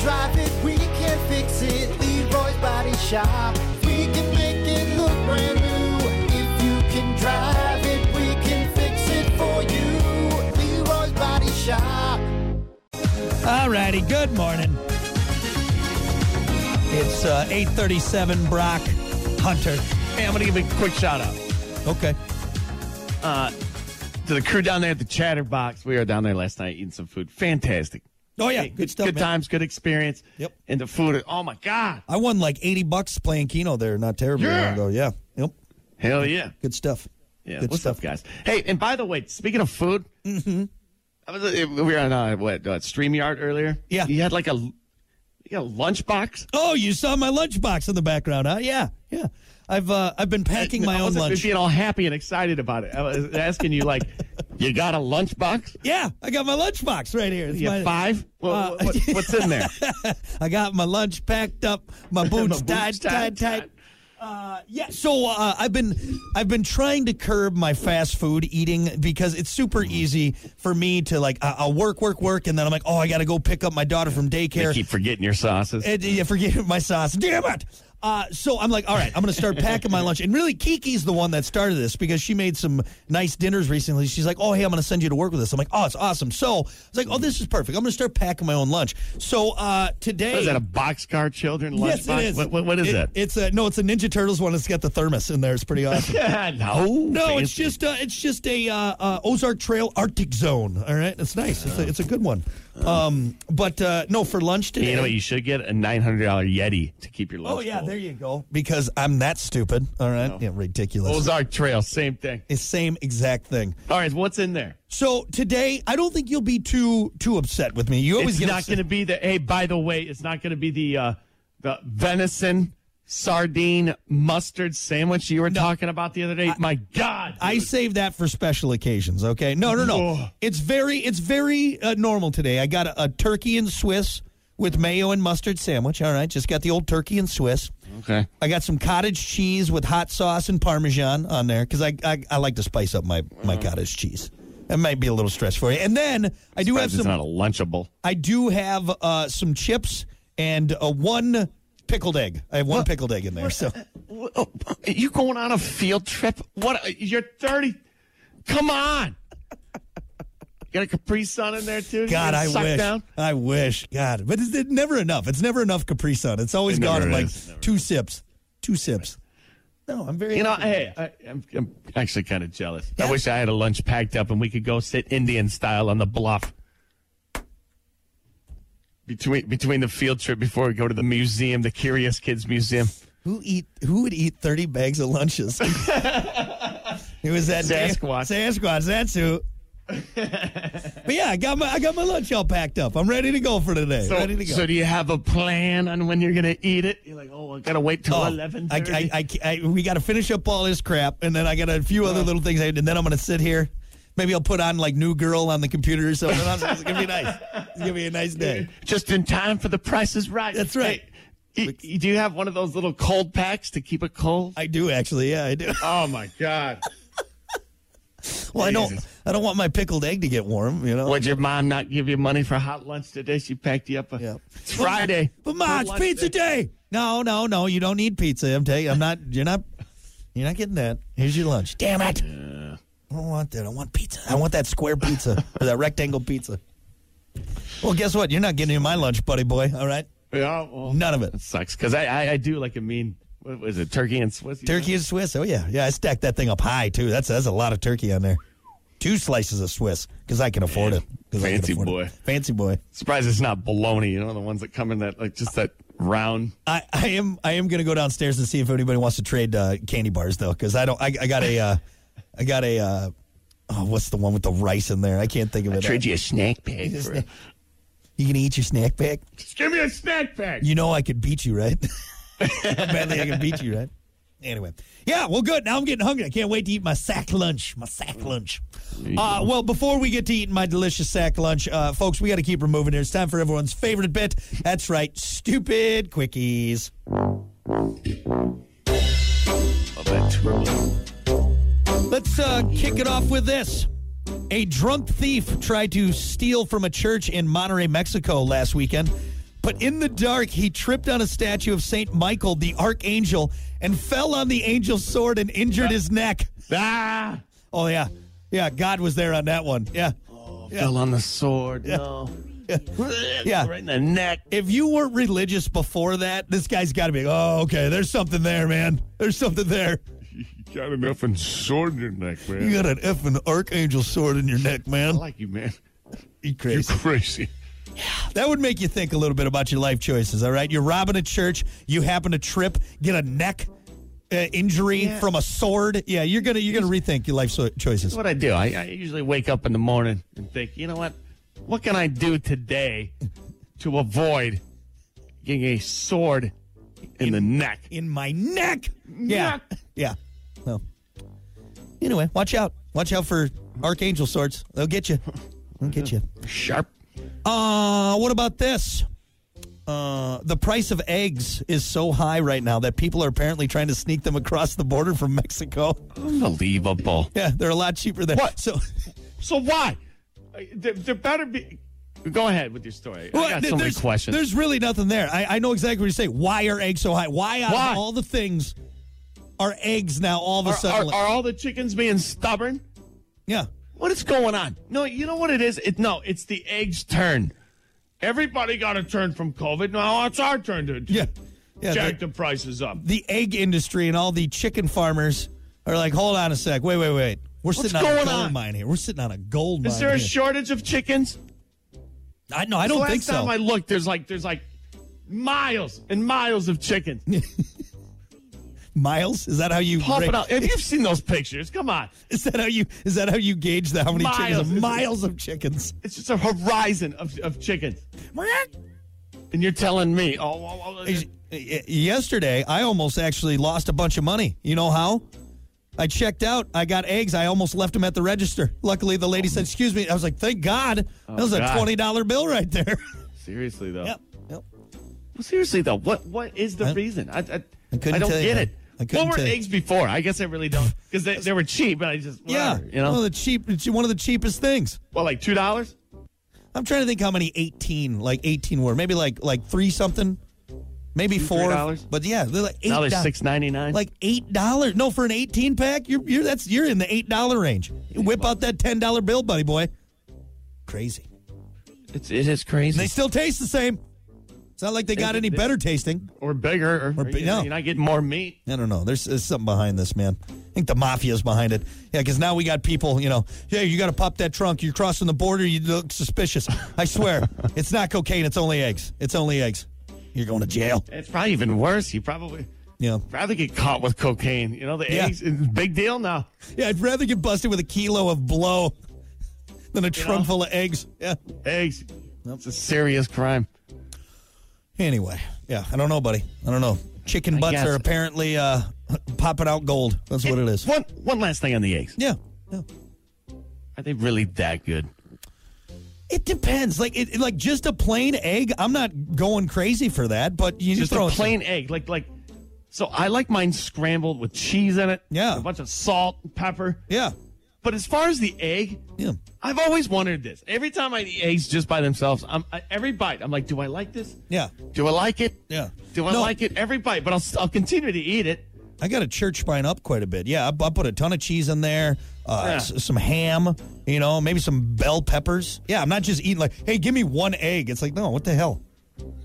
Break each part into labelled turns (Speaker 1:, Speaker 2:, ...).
Speaker 1: drive it, we can fix it. Leroy's Body Shop. We can make it look brand new. If you can drive it, we can fix it for you. Leroy's Body Shop.
Speaker 2: Alrighty, good morning. It's uh, 837 Brock Hunter.
Speaker 3: Hey, I'm going to give a quick shout out
Speaker 2: Okay.
Speaker 3: to the crew down there at the Chatterbox. We were down there last night eating some food. Fantastic.
Speaker 2: Oh, yeah, good stuff,
Speaker 3: Good
Speaker 2: man.
Speaker 3: times, good experience.
Speaker 2: Yep.
Speaker 3: And the food, oh my God.
Speaker 2: I won like 80 bucks playing Keno there not terribly long
Speaker 3: Yeah.
Speaker 2: ago. Yeah. Yep.
Speaker 3: Hell yeah.
Speaker 2: Good stuff.
Speaker 3: Yeah.
Speaker 2: Good
Speaker 3: What's
Speaker 2: stuff. Mm-hmm.
Speaker 3: up, guys? Hey, and by the way, speaking of food, I was, uh, we were on uh, what uh, Streamyard earlier.
Speaker 2: Yeah.
Speaker 3: you had like a, you got a lunchbox.
Speaker 2: Oh, you saw my lunchbox in the background, huh? Yeah. Yeah. I've uh, I've been packing my
Speaker 3: I
Speaker 2: own
Speaker 3: wasn't
Speaker 2: lunch.
Speaker 3: Being all happy and excited about it. I was asking you like, you got a lunchbox?
Speaker 2: Yeah, I got my lunchbox right here. It's
Speaker 3: You
Speaker 2: my-
Speaker 3: have five? Well,
Speaker 2: Uh,
Speaker 3: what, what's in there?
Speaker 2: I got my lunch packed up, my boots
Speaker 3: boots
Speaker 2: tied, tied,
Speaker 3: tied,
Speaker 2: tied. Uh, yeah, so uh, I've been I've been trying to curb my fast food eating because it's super
Speaker 3: Mm-hmm.
Speaker 2: easy for me to like I- I'll work, work, work, and then I'm like, oh, I got to go pick up my daughter from
Speaker 3: You
Speaker 2: daycare.
Speaker 3: keep forgetting your sauces.
Speaker 2: And you forget my sauce. Damn it. Uh, so I'm like, all right, I'm going to start packing my lunch. And really, Kiki's the one that started this because she made some nice dinners recently. She's like, oh, hey, I'm going to send you to work with us. I'm like, oh, it's awesome. So I was like, oh, this is perfect. I'm going to start packing my own lunch. So uh, today.
Speaker 3: What is that a boxcar children lunchbox?
Speaker 2: Yes, it is.
Speaker 3: What, what, what is
Speaker 2: It-
Speaker 3: that?
Speaker 2: It's a no. It's a Ninja Turtles one. It's got the thermos in there. It's pretty awesome.
Speaker 3: no,
Speaker 2: No,
Speaker 3: fancy.
Speaker 2: it's just uh, it's just a uh, uh, Ozark Trail Arctic Zone. All right, it's nice. It's a, it's a good one. Um, but uh, no, for lunch today.
Speaker 3: You know what? You should get a nine hundred dollar Yeti to keep your lunch.
Speaker 2: Oh yeah,
Speaker 3: full.
Speaker 2: there you go. Because I'm that stupid. All right, yeah, ridiculous.
Speaker 3: Ozark Trail, same thing.
Speaker 2: It's same exact thing.
Speaker 3: All right, what's in there?
Speaker 2: So today, I don't think you'll be too too upset with me. You always
Speaker 3: It's
Speaker 2: get
Speaker 3: not
Speaker 2: upset.
Speaker 3: going to be the. Hey, by the way, it's not going to be the uh, the venison sardine mustard sandwich you were talking about the other day. My God,
Speaker 2: I save that for special occasions. Okay, no, no, no.
Speaker 3: Ugh.
Speaker 2: It's very it's very uh, normal today. I got a, a turkey and Swiss with mayo and mustard sandwich. All right, just got the old turkey and Swiss.
Speaker 3: okay.
Speaker 2: I got some cottage cheese with hot sauce and parmesan on there because I, I I like to spice up my my
Speaker 3: Uh-huh.
Speaker 2: cottage cheese. That might be a little stress for you. And then I do have
Speaker 3: It's
Speaker 2: some.
Speaker 3: not a lunchable.
Speaker 2: I do have uh, some chips and uh, one pickled egg. I have one pickled egg in there. So
Speaker 3: Are you going on a field trip? What? You're thirty. Come on. You got a Capri Sun in there too. You
Speaker 2: God,
Speaker 3: gonna
Speaker 2: I
Speaker 3: suck
Speaker 2: wish.
Speaker 3: down?
Speaker 2: I wish. God, but it's it never enough. It's never enough Capri Sun. It's always
Speaker 3: It never
Speaker 2: gone in like
Speaker 3: is. Never
Speaker 2: two sips. Two sips. No, I'm very.
Speaker 3: You know, hey, I, I'm, I'm actually kind of jealous.
Speaker 2: Yeah.
Speaker 3: I wish I had a lunch packed up and we could go sit Indian style on the bluff between between the field trip before we go to the museum, the Curious Kids Museum.
Speaker 2: who eat? Who would eat thirty bags of lunches? it was that day-
Speaker 3: Sasquatch.
Speaker 2: Sasquatch. That's who. but yeah, I got my I got my lunch all packed up. I'm ready to go for today.
Speaker 3: So,
Speaker 2: ready to go.
Speaker 3: so do you have a plan on when you're gonna eat it? You're like, oh, I gotta wait till
Speaker 2: Oh,
Speaker 3: eleven.
Speaker 2: I, I, I, I- we got to finish up all this crap, and then I got a few other little things, I, and then I'm going to sit here. Maybe I'll put on like New Girl on the computer or something. It's going to be nice. It's going to be a nice day.
Speaker 3: just in time for the Price is Right.
Speaker 2: That's right.
Speaker 3: Hey, y- y- do you have one of those little cold packs to keep it cold?
Speaker 2: I do actually. Yeah, I do.
Speaker 3: oh my God!
Speaker 2: Well, I don't.
Speaker 3: Jesus.
Speaker 2: I don't want my pickled egg to get warm. You know.
Speaker 3: Would your mom not give you money for hot lunch today? She packed you up. A,
Speaker 2: Yeah.
Speaker 3: It's Friday.
Speaker 2: But Ma,
Speaker 3: For
Speaker 2: it's
Speaker 3: lunch
Speaker 2: pizza day. No, no, no. You don't need pizza. I'm telling you, I'm not. You're not. You're not getting that. Here's your lunch. Damn it. I don't want that. I want pizza. I want that square pizza or that rectangle pizza. Well, guess what? You're not getting my lunch, buddy boy. All right.
Speaker 3: Yeah, well,
Speaker 2: None of it.
Speaker 3: that sucks because I, I I do like a mean. What was it? Turkey and Swiss. you
Speaker 2: Turkey is Swiss. Oh yeah, yeah. I stacked that thing up high too. That's that's a lot of turkey on there. Two slices of Swiss because I can afford it. 'Cause I can
Speaker 3: Fancy
Speaker 2: afford it.
Speaker 3: boy.
Speaker 2: Fancy boy.
Speaker 3: know? Surprised it's not bologna. You know the ones that come in that like just that round.
Speaker 2: I, I am I am gonna go downstairs and see if anybody wants to trade uh, candy bars though because I don't I, I got a uh, I got a uh, oh what's the one with the rice in there I can't think of it.
Speaker 3: Trade you a snack pack.
Speaker 2: Yes,
Speaker 3: for
Speaker 2: na-
Speaker 3: it.
Speaker 2: You gonna eat your snack pack?
Speaker 3: Just give me a snack pack.
Speaker 2: You know I could beat you right. Badly I could beat you right. Anyway, yeah, well, good. Now I'm getting hungry. I can't wait to eat my sack lunch. My sack lunch. Uh, well, before we get to eating my delicious sack lunch, uh, folks, we got to keep her moving here. It's time for everyone's favorite bit. That's right, stupid quickies.
Speaker 3: Love that twirl.
Speaker 2: Let's uh, kick it off with this. A drunk thief tried to steal from a church in Monterey, Mexico last weekend. But in the dark, he tripped on a statue of St. Michael, the archangel, and fell on the angel's sword and injured his neck.
Speaker 3: Ah,
Speaker 2: Oh, yeah. Yeah, God was there on that one. Yeah.
Speaker 3: fell on the sword. No.
Speaker 2: Yeah.
Speaker 3: Right in the neck.
Speaker 2: If you weren't religious before that, this guy's got to be, oh, okay, there's something there, man. There's something there.
Speaker 3: You got an effing sword in your neck, man.
Speaker 2: You got an effing archangel sword in your neck,
Speaker 3: I
Speaker 2: man.
Speaker 3: like you, man.
Speaker 2: You crazy.
Speaker 3: crazy.
Speaker 2: That would make you think a little bit about your life choices, all right? You're robbing a church, you happen to trip, get a neck uh, injury
Speaker 3: Yeah.
Speaker 2: from a sword. Yeah, you're going to you're going to rethink your life so- choices.
Speaker 3: That's what I do. I, I usually wake up in the morning and think, you know what? What can I do today to avoid getting a sword in the neck?
Speaker 2: In my neck.
Speaker 3: Neck.
Speaker 2: Yeah. Yeah. Well. Anyway, watch out. Watch out for archangel swords. They'll get you. They'll get you.
Speaker 3: Sharp.
Speaker 2: Uh, what about this? Uh, the price of eggs is so high right now that people are apparently trying to sneak them across the border from Mexico.
Speaker 3: Unbelievable.
Speaker 2: Yeah, they're a lot cheaper there.
Speaker 3: What?
Speaker 2: So
Speaker 3: So why? I- There, there better be. Go ahead with your story. I
Speaker 2: Well,
Speaker 3: got so many
Speaker 2: there's,
Speaker 3: questions.
Speaker 2: there's really nothing there. I, I know exactly what you say. Why are eggs so high? Why out
Speaker 3: Why?
Speaker 2: of all the things are eggs now all of a
Speaker 3: Are,
Speaker 2: sudden?
Speaker 3: are, are all the chickens being stubborn?
Speaker 2: yeah.
Speaker 3: What is going on? No, you know what it is? It, no, it's the eggs' turn. Everybody got a turn from COVID. Now oh, it's our turn to
Speaker 2: Yeah. Yeah.
Speaker 3: jack
Speaker 2: The,
Speaker 3: the prices up.
Speaker 2: the egg industry and all the chicken farmers are like, hold on a sec. Wait, wait, wait. We're sitting on a
Speaker 3: going
Speaker 2: gold
Speaker 3: on?
Speaker 2: mine here. We're sitting on a gold mine.
Speaker 3: Is there a
Speaker 2: here.
Speaker 3: shortage of chickens?
Speaker 2: I know. I don't
Speaker 3: Last
Speaker 2: think so.
Speaker 3: time I looked, there's like there's like miles and miles of chickens
Speaker 2: Miles, is that how you?
Speaker 3: popping
Speaker 2: rate-
Speaker 3: out. If you've seen those pictures, come on,
Speaker 2: Is that how you? Is that how you gauge the how many chickens?
Speaker 3: Miles.
Speaker 2: Miles of chickens.
Speaker 3: it's just a horizon of, of chickens. And you're telling me, oh, oh, oh,
Speaker 2: Is- y- yesterday I almost actually lost a bunch of money. You know how? I checked out. I got eggs. I almost left them at the register. Luckily, the lady said, "Excuse me." I was like, "Thank God." That was a
Speaker 3: Oh, God. Oh.
Speaker 2: twenty dollar bill right there.
Speaker 3: seriously though.
Speaker 2: yep. Yep.
Speaker 3: Well, seriously though, what what is the
Speaker 2: I-
Speaker 3: reason? I, I,
Speaker 2: I couldn't
Speaker 3: I don't
Speaker 2: tell you,
Speaker 3: get
Speaker 2: man.
Speaker 3: it.
Speaker 2: I couldn't
Speaker 3: What were
Speaker 2: tell you.
Speaker 3: eggs before? I guess I really don't because they, they were cheap, but I just
Speaker 2: Yeah.
Speaker 3: whatever, you know,
Speaker 2: One of the cheap. It's one of the cheapest things.
Speaker 3: well, like two dollars.
Speaker 2: I'm trying to think how many 18, like 18 were. Maybe like like three something, maybe four.
Speaker 3: $3?
Speaker 2: But yeah, they're like eight.
Speaker 3: Now they're
Speaker 2: do-
Speaker 3: six ninety nine.
Speaker 2: Like eight dollars. No, for an 18 pack, you're you're that's you're in the eight dollar range. You whip out that ten dollar bill, buddy boy. Crazy.
Speaker 3: it's it is crazy.
Speaker 2: They still taste the same. It's not like they got any better tasting.
Speaker 3: or bigger, or,
Speaker 2: bi-
Speaker 3: you
Speaker 2: no.
Speaker 3: know, you're not getting more meat.
Speaker 2: I don't know. There's, there's something behind this, man. I think the mafia's behind it. Yeah, because now we got people, you know, yeah, you got to pop that trunk. You're crossing the border. You look suspicious. I swear, it's not cocaine. It's only eggs. It's only eggs. You're going to jail.
Speaker 3: It's probably even worse. You probably
Speaker 2: Yeah.
Speaker 3: rather get caught with cocaine. You know, the
Speaker 2: Yeah.
Speaker 3: eggs, it's a big deal now.
Speaker 2: Yeah, I'd rather get busted with a kilo of blow than a trunk
Speaker 3: know?
Speaker 2: full of eggs. Yeah.
Speaker 3: Eggs, it's a serious crime.
Speaker 2: Anyway, yeah, I don't know, buddy. I don't know. Chicken butts
Speaker 3: guess-
Speaker 2: are apparently uh, popping out gold. That's what it is.
Speaker 3: One, one last thing on the eggs.
Speaker 2: Yeah. Yeah.
Speaker 3: Are they really that good?
Speaker 2: It depends. Like it, like just a plain egg. I'm not going crazy for that, but you
Speaker 3: Just
Speaker 2: throw
Speaker 3: a
Speaker 2: in some-
Speaker 3: plain egg, like like. So I like mine scrambled with cheese in it.
Speaker 2: Yeah.
Speaker 3: a bunch of salt, and pepper.
Speaker 2: yeah,
Speaker 3: But as far as the egg,
Speaker 2: yeah.
Speaker 3: I've always wondered this. Every time I eat eggs just by themselves, I'm I, every bite, I'm like, do I like this?
Speaker 2: Yeah.
Speaker 3: Do I like it?
Speaker 2: Yeah.
Speaker 3: Do I
Speaker 2: No.
Speaker 3: like it? Every bite, but I'll s- I'll continue to eat it.
Speaker 2: I got a church spine up quite a bit. Yeah, I, I put a ton of cheese in there, uh,
Speaker 3: Yeah.
Speaker 2: s- some ham, you know, maybe some bell peppers. Yeah, I'm not just eating like, hey, give me one egg. It's like, no, what the hell,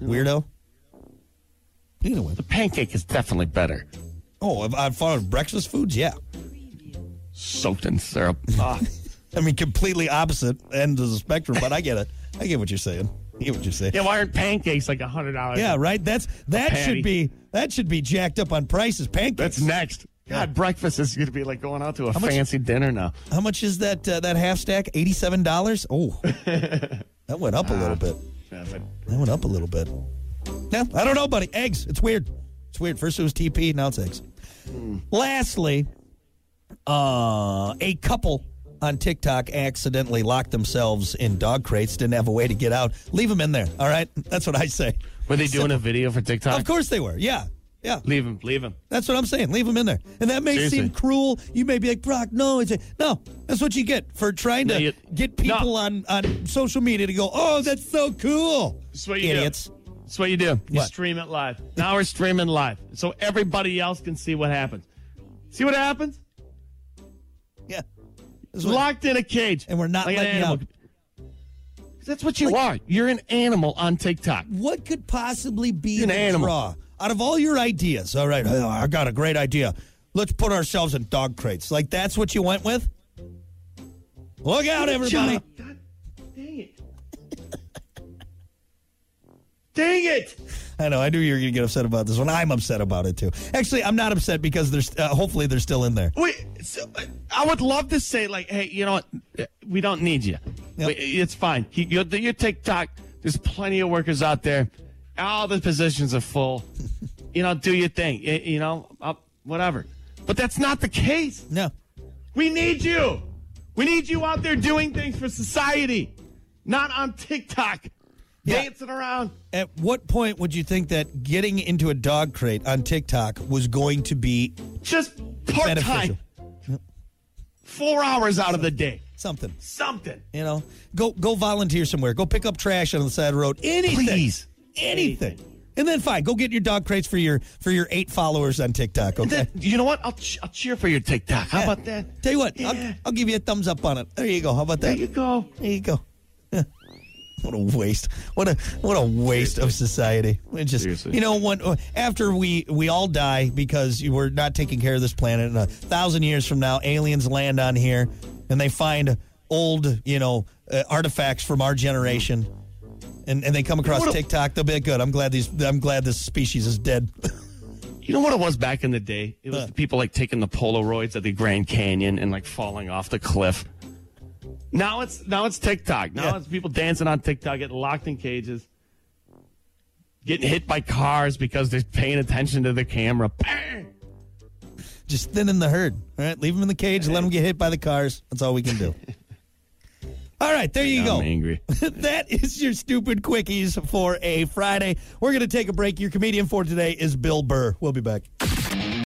Speaker 2: weirdo. Anyway,
Speaker 3: Pancake is definitely better.
Speaker 2: oh, if- as far as breakfast foods, yeah,
Speaker 3: soaked in syrup.
Speaker 2: I mean, completely opposite ends of the spectrum, but I get it. I get what you're saying. I get what you're saying.
Speaker 3: yeah, why aren't pancakes like a hundred dollars?
Speaker 2: Yeah, right. That's that
Speaker 3: patty.
Speaker 2: should be that should be jacked up on prices. Pancakes.
Speaker 3: that's next. God, breakfast is going to be like going out to a
Speaker 2: much-
Speaker 3: fancy dinner now.
Speaker 2: How much is that uh, that half stack? Eighty seven dollars. Oh, that went up a little bit.
Speaker 3: Yeah, but
Speaker 2: That went up a little bit. Yeah, I don't know, buddy. Eggs. It's weird. It's weird. First it was TP, now it's eggs. Lastly, uh, a couple on TikTok accidentally locked themselves in dog crates. Didn't have a way to get out. Leave them in there. All right, that's what I say.
Speaker 3: Were they doing a video for TikTok?
Speaker 2: Of course they were. Yeah, yeah.
Speaker 3: Leave him. Leave him.
Speaker 2: That's what I'm saying. Leave them in there. And that may
Speaker 3: Seriously.
Speaker 2: seem cruel. You may be like, Brock, no. It's a, no, that's what you get for trying to
Speaker 3: No, you-
Speaker 2: get people
Speaker 3: no.
Speaker 2: on, on social media to go, oh, that's so cool.
Speaker 3: This is what you do.
Speaker 2: Idiots.
Speaker 3: That's what you do. You
Speaker 2: What?
Speaker 3: stream it live. Now we're streaming live, so everybody else can see what happens. See what happens?
Speaker 2: Yeah. That's what-
Speaker 3: Locked in a cage,
Speaker 2: And we're not
Speaker 3: like an
Speaker 2: letting you
Speaker 3: animal.
Speaker 2: out.
Speaker 3: That's what you are. You're an animal on TikTok.
Speaker 2: What could possibly be
Speaker 3: An
Speaker 2: the
Speaker 3: animal.
Speaker 2: draw? Out of all your ideas, all right, oh, I got a great idea. Let's put ourselves in dog crates. Like that's what you went with? Look out, everybody.
Speaker 3: God dang it! dang it!
Speaker 2: I know. I knew you were going to get upset about this one. I'm upset about it too. Actually, I'm not upset because there's uh, hopefully they're still in there.
Speaker 3: Wait, so, uh, I would love to say like, hey, you know what? Uh, We don't need you.
Speaker 2: Yep.
Speaker 3: We- It's fine. You, you, you TikTok. There's plenty of workers out there. All the positions are full. you know, do your thing. Y- You, know, i whatever. But that's not the case.
Speaker 2: No.
Speaker 3: We need you. We need you out there doing things for society, not on TikTok,
Speaker 2: Yeah.
Speaker 3: dancing around.
Speaker 2: At what point would you think that getting into a dog crate on TikTok was going to be
Speaker 3: Just part
Speaker 2: Beneficial.
Speaker 3: time, four hours out of the day.
Speaker 2: something?
Speaker 3: Something.
Speaker 2: You know, go go volunteer somewhere. Go pick up trash on the side of the road. Anything,
Speaker 3: Please.
Speaker 2: anything. And then fine, go get your dog crates for your for your eight followers on TikTok. Okay.
Speaker 3: Th- you know what? I'll, ch- I'll cheer for your TikTok. How
Speaker 2: Yeah.
Speaker 3: about that?
Speaker 2: Tell you what,
Speaker 3: Yeah.
Speaker 2: I'll, I'll give you a thumbs up on it. There you go. How about
Speaker 3: There
Speaker 2: that?
Speaker 3: you go.
Speaker 2: There you go. Yeah. What a waste! What a what a waste of society. It just
Speaker 3: Seriously.
Speaker 2: you know when after we we all die because you we're not taking care of this planet. And a thousand years from now, aliens land on here and they find old you know uh, artifacts from our generation, and and they come across
Speaker 3: What a-
Speaker 2: TikTok. They'll be like, good. I'm glad these. I'm glad this species is dead.
Speaker 3: You know what it was back in the day? It was the people like taking the Polaroids at the Grand Canyon and like falling off the cliff. Now it's now it's TikTok. Now
Speaker 2: Yeah.
Speaker 3: it's people dancing on TikTok, getting locked in cages, getting hit by cars because they're paying attention to the camera. Bang!
Speaker 2: just thinning the herd. All right, leave them in the cage. Let them get hit by the cars. That's all we can do. all right, there you go.
Speaker 3: I'm angry.
Speaker 2: that is your stupid quickies for a Friday. We're going to take a break. Your comedian for today is Bill Burr. We'll be back.